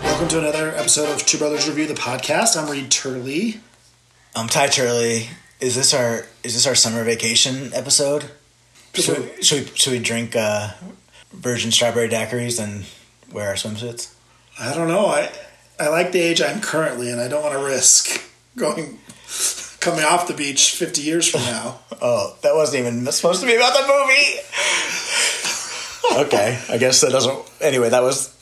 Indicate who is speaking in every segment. Speaker 1: Welcome to another episode of Two Brothers Review the podcast. I'm Reed Turley.
Speaker 2: I'm Um, Ty Turley. Is this our is this our summer vacation episode? Should we should we, should we drink uh, virgin strawberry daiquiris and wear our swimsuits?
Speaker 1: I don't know. I I like the age I'm currently, and I don't want to risk going coming off the beach 50 years from now.
Speaker 2: Oh, that wasn't even supposed to be about the movie. okay, I guess that doesn't. Anyway, that was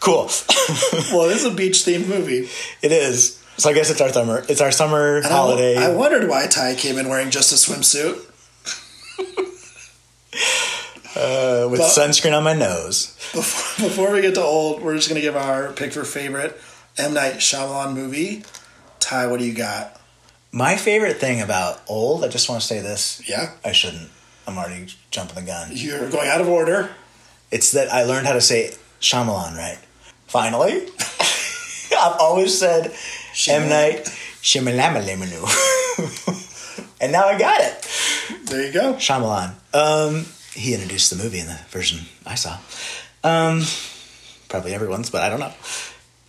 Speaker 2: cool.
Speaker 1: well, this is a beach themed movie.
Speaker 2: it is. So I guess it's our summer. It's our summer
Speaker 1: And I-
Speaker 2: holiday.
Speaker 1: I, wondered why Ty came in wearing just a swimsuit.
Speaker 2: uh, with
Speaker 1: But-
Speaker 2: sunscreen on my nose.
Speaker 1: Before, before we get to old, we're just gonna give our pick for favorite M Night Shyamalan movie. Ty, what do you got?
Speaker 2: My favorite thing about old, I just want to say this.
Speaker 1: Yeah,
Speaker 2: I shouldn't. I'm already jumping the gun.
Speaker 1: you're going out of order.
Speaker 2: It's that I learned how to say Shyamalan right. Finally, I've always said M Night Shyamalan, and now I got it.
Speaker 1: There you go.
Speaker 2: Shyamalan. Um, he introduced the movie in the version I saw. Um, probably everyone's, but I don't know.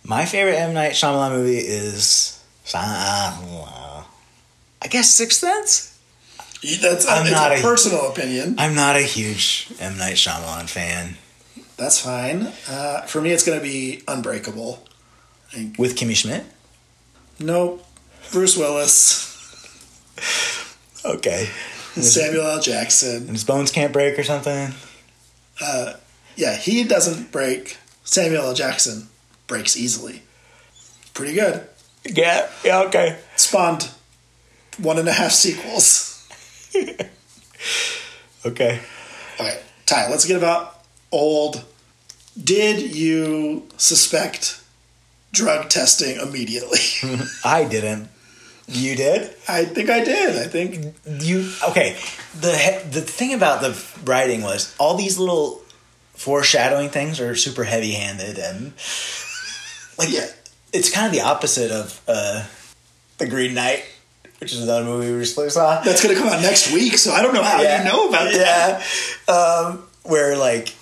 Speaker 2: My favorite M Night Shyamalan movie is I guess Sixth Sense.
Speaker 1: You- That's
Speaker 2: I'm
Speaker 1: it's
Speaker 2: not
Speaker 1: a
Speaker 2: a-
Speaker 1: personal opinion.
Speaker 2: I'm not a huge M Night Shyamalan fan.
Speaker 1: That's fine. Uh, for me, it's going to be Unbreakable.
Speaker 2: With Kimmy Schmidt.
Speaker 1: Nope. Bruce Willis
Speaker 2: Okay.
Speaker 1: and Samuel L. Jackson.
Speaker 2: And his bones can't break or something.
Speaker 1: Yeah, he doesn't break. Samuel L. Jackson breaks easily. Pretty good.
Speaker 2: Yeah. Yeah. Okay.
Speaker 1: Spawned one and a half sequels.
Speaker 2: Okay.
Speaker 1: All right, Ty, let's get about old. Did you suspect drug testing immediately?
Speaker 2: I didn't. You did.
Speaker 1: I think I did. I think
Speaker 2: you okay the he- the thing about the writing was all these little foreshadowing things are super heavy handed and like
Speaker 1: Yeah.
Speaker 2: it's kind of the opposite of uh the Green Knight which is another movie we recently saw
Speaker 1: that's going to come out next week, so I don't know how you know about that.
Speaker 2: yeah um, where like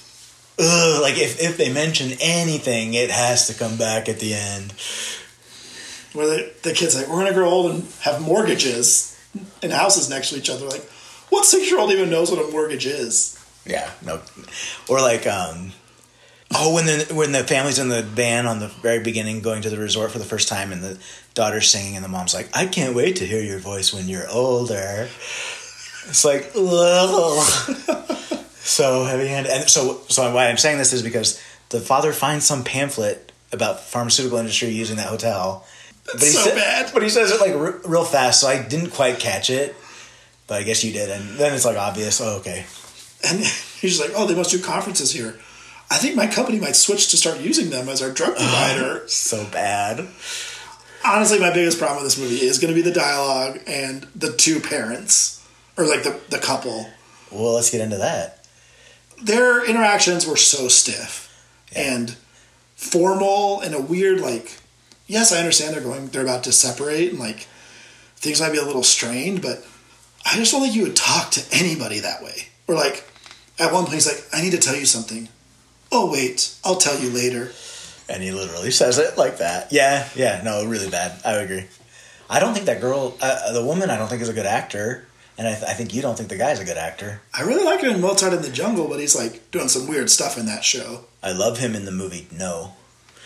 Speaker 2: ugh, like if if they mention anything it has to come back at the end
Speaker 1: where the, the kid's like, we're gonna grow old and have mortgages and houses next to each other. Like, what six year old even knows what a mortgage is?
Speaker 2: Yeah, no, or like um, oh, when the when the family's in the van on the very beginning, going to the resort for the first time, and the daughter's singing, and the mom's like, "I can't wait to hear your voice when you're older." It's like, ugh. so heavy handed, and so so why I'm saying this is because the father finds some pamphlet about pharmaceutical industry using that hotel. That's
Speaker 1: so bad.
Speaker 2: But he says it like r- real fast, so I didn't quite catch it. But I guess you did, and then it's like obvious. Oh, okay.
Speaker 1: And he's just like, oh, they must do conferences here. I think my company might switch to start using them as our drug provider.
Speaker 2: so bad.
Speaker 1: Honestly, my biggest problem with this movie is gonna be the dialogue and the two parents, or like the, the couple.
Speaker 2: Well, let's get into that.
Speaker 1: Their interactions were so stiff and formal and a weird, like, yes, I understand they're going, they're about to separate and like things might be a little strained, but I just don't think you would talk to anybody that way. Or like, at one point, he's like, I need to tell you something. Oh, wait, I'll tell you later.
Speaker 2: And he literally says it like that. Yeah, yeah, no, really bad. I agree. I don't think that girl, uh, the woman, I don't think is a good actor. And I, th- I think you don't think the guy's a good actor.
Speaker 1: I really like him in Mozart in the Jungle, but he's like doing some weird stuff in that show.
Speaker 2: I love him in the movie No.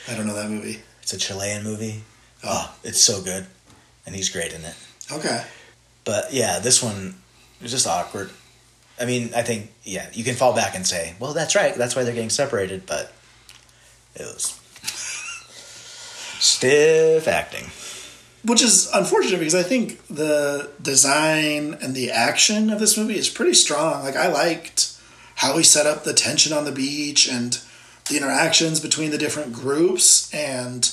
Speaker 1: I don't know that movie.
Speaker 2: It's a Chilean movie. Oh, it's so good. And he's great in it.
Speaker 1: Okay.
Speaker 2: But yeah, this one is just awkward. I mean, I think, yeah, you can fall back and say, well, that's right. That's why they're getting separated. But it was stiff acting.
Speaker 1: which is unfortunate because I think the design and the action of this movie is pretty strong. Like I liked how he set up the tension on the beach and the interactions between the different groups, and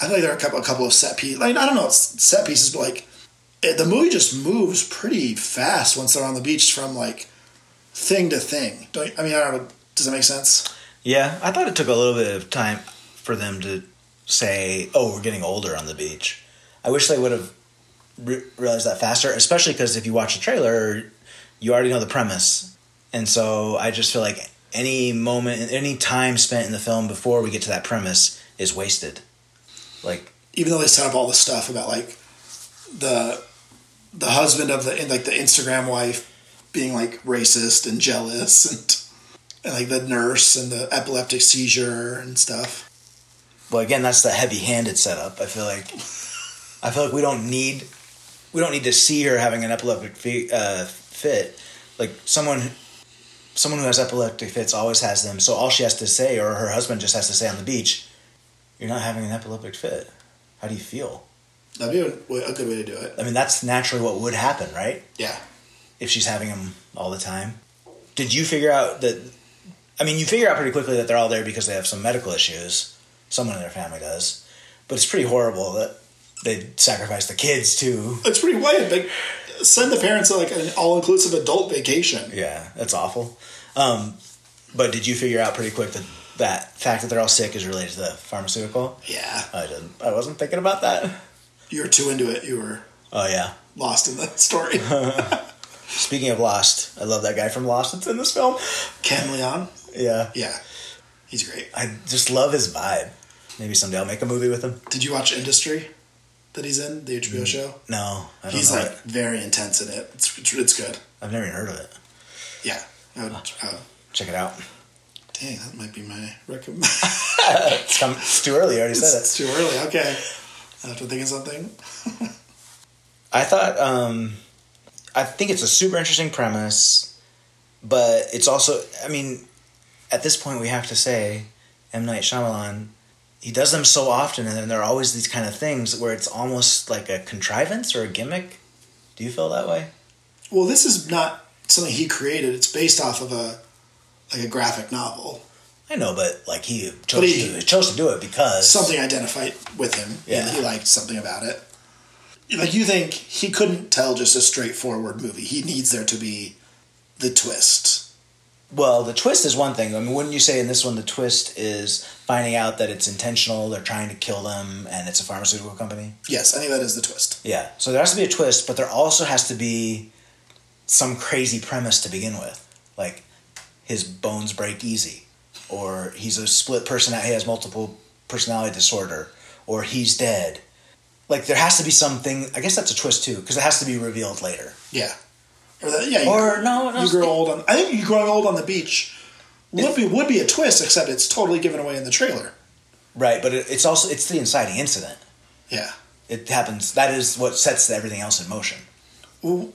Speaker 1: I feel like there are a couple, a couple of set pieces. Like I don't know, it's set pieces, but like it, the movie just moves pretty fast once they're on the beach from like thing to thing. Don't, I mean, I don't know. Does that make sense?
Speaker 2: Yeah, I thought it took a little bit of time for them to say, "Oh, we're getting older on the beach." I wish they would have re- realized that faster, especially because if you watch the trailer, you already know the premise, and so I just feel like any moment, any time spent in the film before we get to that premise is wasted. Like
Speaker 1: even though they set up all this stuff about like the the husband of the and, like the Instagram wife being like racist and jealous and and like the nurse and the epileptic seizure and stuff.
Speaker 2: well again that's the heavy-handed setup. I feel like I feel like we don't need we don't need to see her having an epileptic fi- uh, fit. Like someone someone who has epileptic fits always has them. So all she has to say or her husband just has to say on the beach, you're not having an epileptic fit. How do you feel?
Speaker 1: That'd be a, way- a good way to do it.
Speaker 2: I mean that's naturally what would happen, right?
Speaker 1: Yeah.
Speaker 2: if she's having them all the time. Did you figure out that? I mean, you figure out pretty quickly that they're all there because they have some medical issues. Someone in their family does, but it's pretty horrible that they sacrifice the kids too.
Speaker 1: It's pretty wild. Like send the parents on like an all inclusive adult vacation.
Speaker 2: Yeah, that's awful. Um, but did you figure out pretty quick that that fact that they're all sick is related to the pharmaceutical?
Speaker 1: Yeah.
Speaker 2: I didn't. I wasn't thinking about that.
Speaker 1: You were too into it. You were
Speaker 2: Oh yeah.
Speaker 1: lost in the story.
Speaker 2: Speaking of Lost, I love that guy from Lost that's in this film.
Speaker 1: Ken Leon.
Speaker 2: Yeah,
Speaker 1: Yeah. He's great.
Speaker 2: I just love his vibe. Maybe someday I'll make a movie with him.
Speaker 1: Did you watch Industry that he's in, the HBO show?
Speaker 2: No, I don't
Speaker 1: He's
Speaker 2: know
Speaker 1: like
Speaker 2: it.
Speaker 1: very intense in it. It's, it's, it's good.
Speaker 2: I've never even heard of it.
Speaker 1: Yeah. I would, uh,
Speaker 2: Check it out.
Speaker 1: dang, that might be my recommend.
Speaker 2: It's, come, it's too early. I already said it.
Speaker 1: it's too early. Okay. I have to think of something.
Speaker 2: I thought. Um, I think it's a super interesting premise, but it's also. I mean, at this point, we have to say, M Night Shyamalan. He does them so often, and then there are always these kind of things where it's almost like a contrivance or a gimmick. Do you feel that way?
Speaker 1: Well, this is not something he created. It's based off of a like a graphic novel.
Speaker 2: I know, but like he chose,
Speaker 1: But he-
Speaker 2: to, do it- chose to do it because
Speaker 1: Something identified with him.
Speaker 2: Yeah.
Speaker 1: He, he liked something about it. Like you think he couldn't tell just a straightforward movie. He needs there to be the twist.
Speaker 2: Well, the twist is one thing. I mean, wouldn't you say in this one the twist is finding out that it's intentional, they're trying to kill them, and it's a pharmaceutical company?
Speaker 1: Yes, I think that is the twist.
Speaker 2: Yeah. So there has to be a twist, but there also has to be some crazy premise to begin with. Like his bones break easy, or he's a split personality, he has multiple personality disorder, or he's dead. Like there has to be something. I guess that's a twist too, because it has to be revealed later.
Speaker 1: Yeah. Or that, yeah. you-
Speaker 2: Or no, no
Speaker 1: you grow old on. I think you growing old on the beach would be would be a twist, except it's totally given away in the trailer.
Speaker 2: right, but it, it's also it's the inciting incident.
Speaker 1: Yeah.
Speaker 2: it happens. That is what sets everything else in motion.
Speaker 1: Well,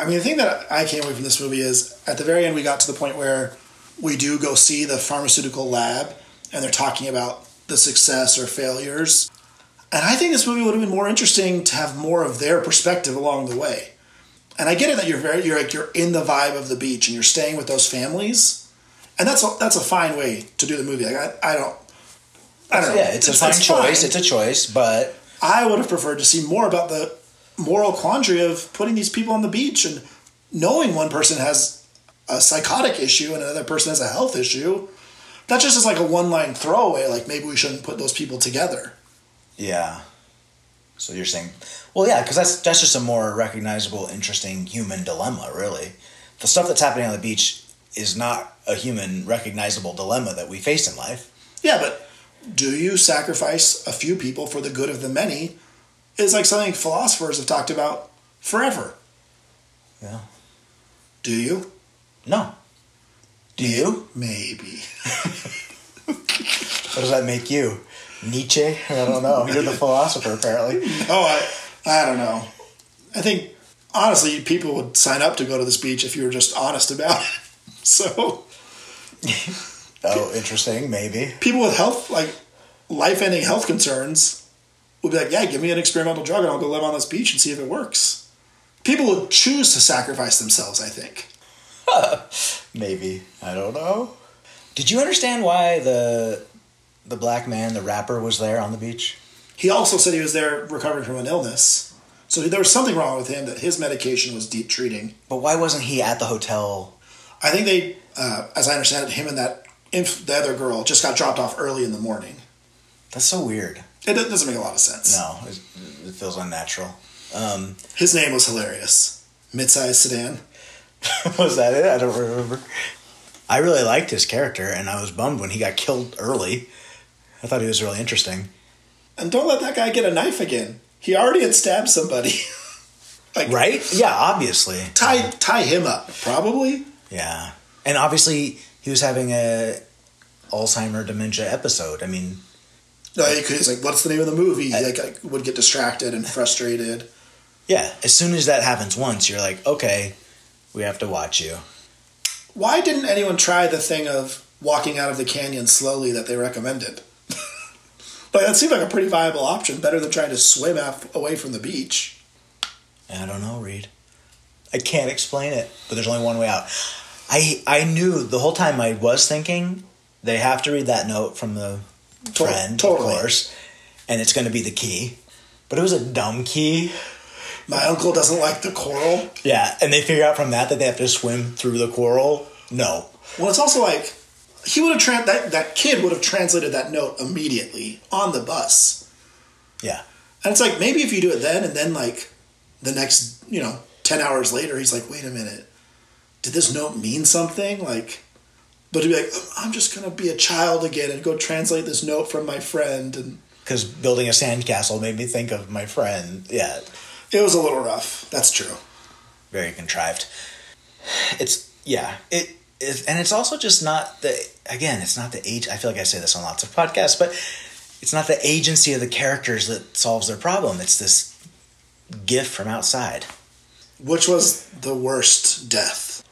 Speaker 1: I mean, the thing that I came away from this movie is at the very end we got to the point where we do go see the pharmaceutical lab, and they're talking about the success or failures. And I think this movie would have been more interesting to have more of their perspective along the way. And I get it that you're very you're like you're in the vibe of the beach and you're staying with those families, and that's a, that's a fine way to do the movie. Like I, I don't. I don't know.
Speaker 2: Yeah, it's, a fine choice.
Speaker 1: fine.
Speaker 2: It's a choice, but
Speaker 1: I would have preferred to see more about the moral quandary of putting these people on the beach and knowing one person has a psychotic issue and another person has a health issue. That just is like a one line throwaway, like maybe we shouldn't put those people together.
Speaker 2: yeah. So you're saying, well, yeah, because that's that's just a more recognizable, interesting human dilemma, really. The stuff that's happening on the beach is not a human recognizable dilemma that we face in life.
Speaker 1: Yeah, but do you sacrifice a few people for the good of the many? Is like something philosophers have talked about forever.
Speaker 2: Yeah.
Speaker 1: Do you?
Speaker 2: No. Do you?
Speaker 1: Maybe.
Speaker 2: What does that make you? Nietzsche? I don't know. You're the philosopher, apparently.
Speaker 1: Oh, I, I don't know. I think honestly, people would sign up to go to this beach if you were just honest about it. So
Speaker 2: Oh, interesting. Maybe.
Speaker 1: people with health, like life-ending health concerns, would be like, "Yeah, give me an experimental drug, and I'll go live on this beach and see if it works." People would choose to sacrifice themselves. I think.
Speaker 2: Maybe. I don't know. Did you understand why the the black man, the rapper, was there on the beach?
Speaker 1: He also said he was there recovering from an illness, so there was something wrong with him that his medication was deep treating.
Speaker 2: But why wasn't he at the hotel?
Speaker 1: I think they, uh, as I understand it, him and that inf- the other girl just got dropped off early in the morning.
Speaker 2: That's so weird.
Speaker 1: It do- doesn't make a lot of sense.
Speaker 2: No, it, it feels unnatural. Um,
Speaker 1: His name was hilarious. Midsize sedan.
Speaker 2: was that it? I don't remember. I really liked his character, and I was bummed when he got killed early. I thought he was really interesting.
Speaker 1: And don't let that guy get a knife again. He already had stabbed somebody. like
Speaker 2: Right? Yeah, obviously.
Speaker 1: tie tie him up, probably.
Speaker 2: Yeah. And obviously he was having a Alzheimer dementia episode. I mean,
Speaker 1: No, he's like, what's the name of the movie? He like, like would get distracted and frustrated.
Speaker 2: yeah, as soon as that happens once, you're like, okay, we have to watch you.
Speaker 1: Why didn't anyone try the thing of walking out of the canyon slowly that they recommended? like that seemed like a pretty viable option, better than trying to swim af- away from the beach.
Speaker 2: I don't know, Reed. I can't explain it, but there's only one way out. I I knew the whole time I was thinking they have to read that note from the
Speaker 1: To-
Speaker 2: friend,
Speaker 1: totally.
Speaker 2: of course, and it's going to be the key. But it was a dumb key.
Speaker 1: My uncle doesn't like the coral.
Speaker 2: Yeah, and they figure out from that that they have to swim through the coral. No,
Speaker 1: Well, it's also like he would have tra- that that kid would have translated that note immediately on the bus.
Speaker 2: yeah,
Speaker 1: And it's like maybe if you do it then and then like the next, you know, 10 hours later, he's like, wait a minute, did this note mean something? Like, but to be like, "Oh, I'm just going to be a child again and go translate this note from my friend. And
Speaker 2: because building a sandcastle made me think of my friend. Yeah,
Speaker 1: it was a little rough. That's true.
Speaker 2: very contrived. It's yeah, it, it and it's also just not the again, it's not the age. I feel like I say this on lots of podcasts, but it's not the agency of the characters that solves their problem. It's this gift from outside.
Speaker 1: Which was the worst death?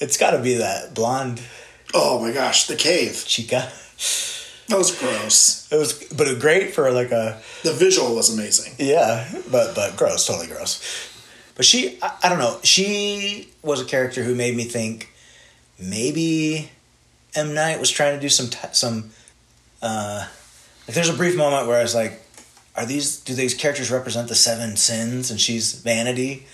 Speaker 2: It's got to be that blonde
Speaker 1: Oh my gosh, the cave.
Speaker 2: chica.
Speaker 1: That was gross.
Speaker 2: It was, but great for like a
Speaker 1: The visual was amazing.
Speaker 2: Yeah, but but gross, totally gross. But she, I, I don't know. She was a character who made me think maybe M Night was trying to do some t- some. Uh, like there's a brief moment where I was like, "Are these do these characters represent the seven sins?" And she's vanity.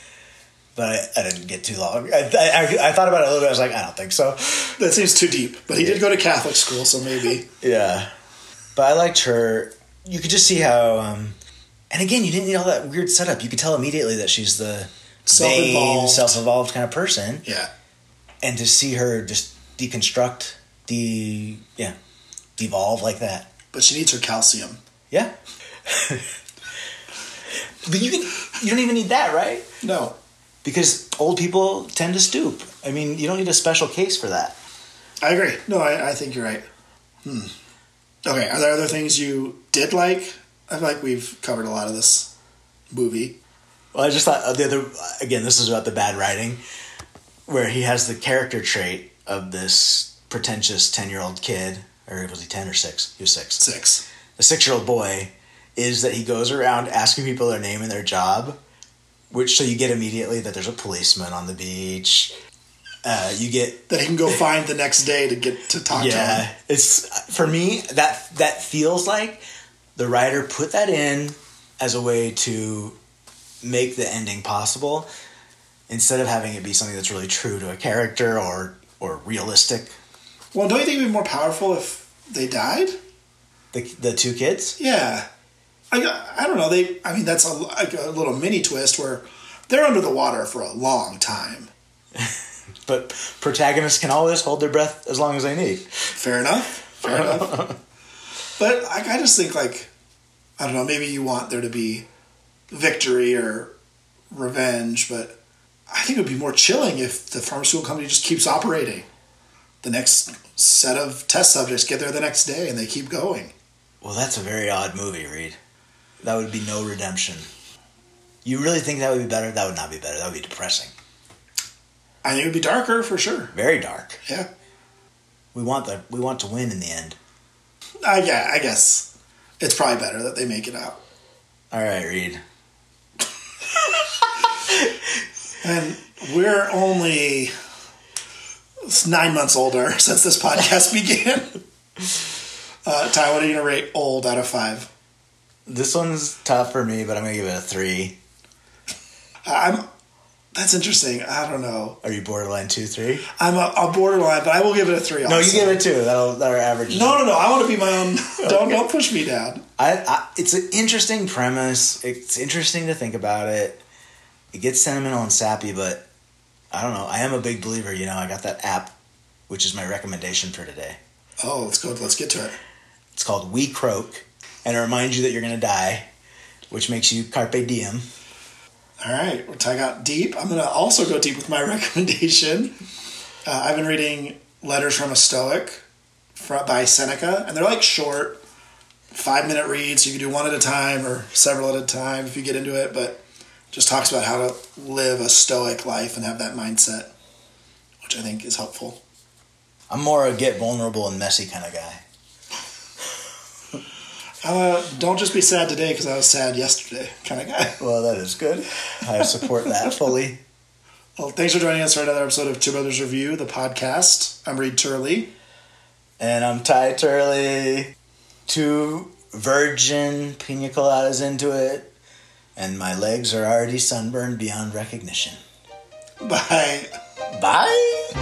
Speaker 2: But I, I didn't get too long. I, I, I thought about it a little bit. I was like, I don't think so.
Speaker 1: That seems too deep, but he did go to Catholic school, so maybe.
Speaker 2: Yeah. But I liked her. You could just see how, um, and again, you didn't need all that weird setup. You could tell immediately that she's the
Speaker 1: Self-involved.
Speaker 2: self involved kind of person.
Speaker 1: Yeah.
Speaker 2: And to see her just deconstruct, de, yeah, devolve like that.
Speaker 1: But she needs her calcium.
Speaker 2: Yeah. but you can, you don't even need that, right?
Speaker 1: No.
Speaker 2: Because old people tend to stoop. I mean, you don't need a special case for that.
Speaker 1: I agree. No, I, I think you're right. Hmm. Okay, are there other things you did like? I feel like we've covered a lot of this movie.
Speaker 2: Well, I just thought uh, the other again. This is about the bad writing, where he has the character trait of this pretentious ten-year-old kid, or was he ten or six? He was six.
Speaker 1: Six.
Speaker 2: A six-year-old boy is that he goes around asking people their name and their job, which so you get immediately that there's a policeman on the beach. Uh, you get
Speaker 1: That he can go find the next day to get to talk to him.
Speaker 2: yeah, it's for me that that feels like the writer put that in as a way to make the ending possible instead of having it be something that's really true to a character or or realistic.
Speaker 1: Well, don't you think it'd be more powerful if they died?
Speaker 2: The the two kids,
Speaker 1: Yeah. I, I don't know. They. I mean, that's a, like a little mini twist where they're under the water for a long time.
Speaker 2: but protagonists can always hold their breath as long as they need.
Speaker 1: Fair enough. Fair enough. But I, I just think like I don't know. Maybe you want there to be victory or revenge, but I think it would be more chilling if the pharmaceutical company just keeps operating. The next set of test subjects get there the next day, and they keep going.
Speaker 2: Well, that's a very odd movie, Reed. That would be no redemption. You really think that would be better? That would not be better. That would be depressing.
Speaker 1: I think it would be darker for sure.
Speaker 2: Very dark.
Speaker 1: Yeah.
Speaker 2: We want the we want to win in the end.
Speaker 1: I, yeah. I guess it's probably better that they make it out.
Speaker 2: All right, Reed.
Speaker 1: And we're only nine months older since this podcast began. Uh, Ty, what are you going to rate old out of five?
Speaker 2: This one's tough for me, but I'm gonna give it a three.
Speaker 1: I'm. That's interesting. I don't know.
Speaker 2: Are you borderline two, three?
Speaker 1: I'm a, a borderline, but I will give it a three.
Speaker 2: No, you
Speaker 1: also.
Speaker 2: give it two. That'll that'll average. it.
Speaker 1: No, no, no. I want to be my own. Don't don't push me down.
Speaker 2: I, I. It's an interesting premise. It's interesting to think about it. It gets sentimental and sappy, but I don't know. I am a big believer. You know, I got that app, which is my recommendation for today.
Speaker 1: Oh, let's go. Let's get to it.
Speaker 2: It's called We Croak, and it reminds you that you're going to die, which makes you carpe diem.
Speaker 1: All right, which I got deep. I'm going to also go deep with my recommendation. Uh, I've been reading Letters from a Stoic fro- by Seneca, and they're like short, five minute reads. You can do one at a time or several at a time if you get into it, but just talks about how to live a Stoic life and have that mindset, which I think is helpful.
Speaker 2: I'm more a get vulnerable and messy kind of guy.
Speaker 1: Uh, don't just be sad today because I was sad yesterday kind of guy.
Speaker 2: Well, that is good. I support that fully.
Speaker 1: Well, thanks for joining us for another episode of Two Brothers Review, the podcast. I'm Reed Turley.
Speaker 2: And I'm Ty Turley. Two virgin pina coladas into it, and my legs are already sunburned beyond recognition.
Speaker 1: Bye.
Speaker 2: Bye!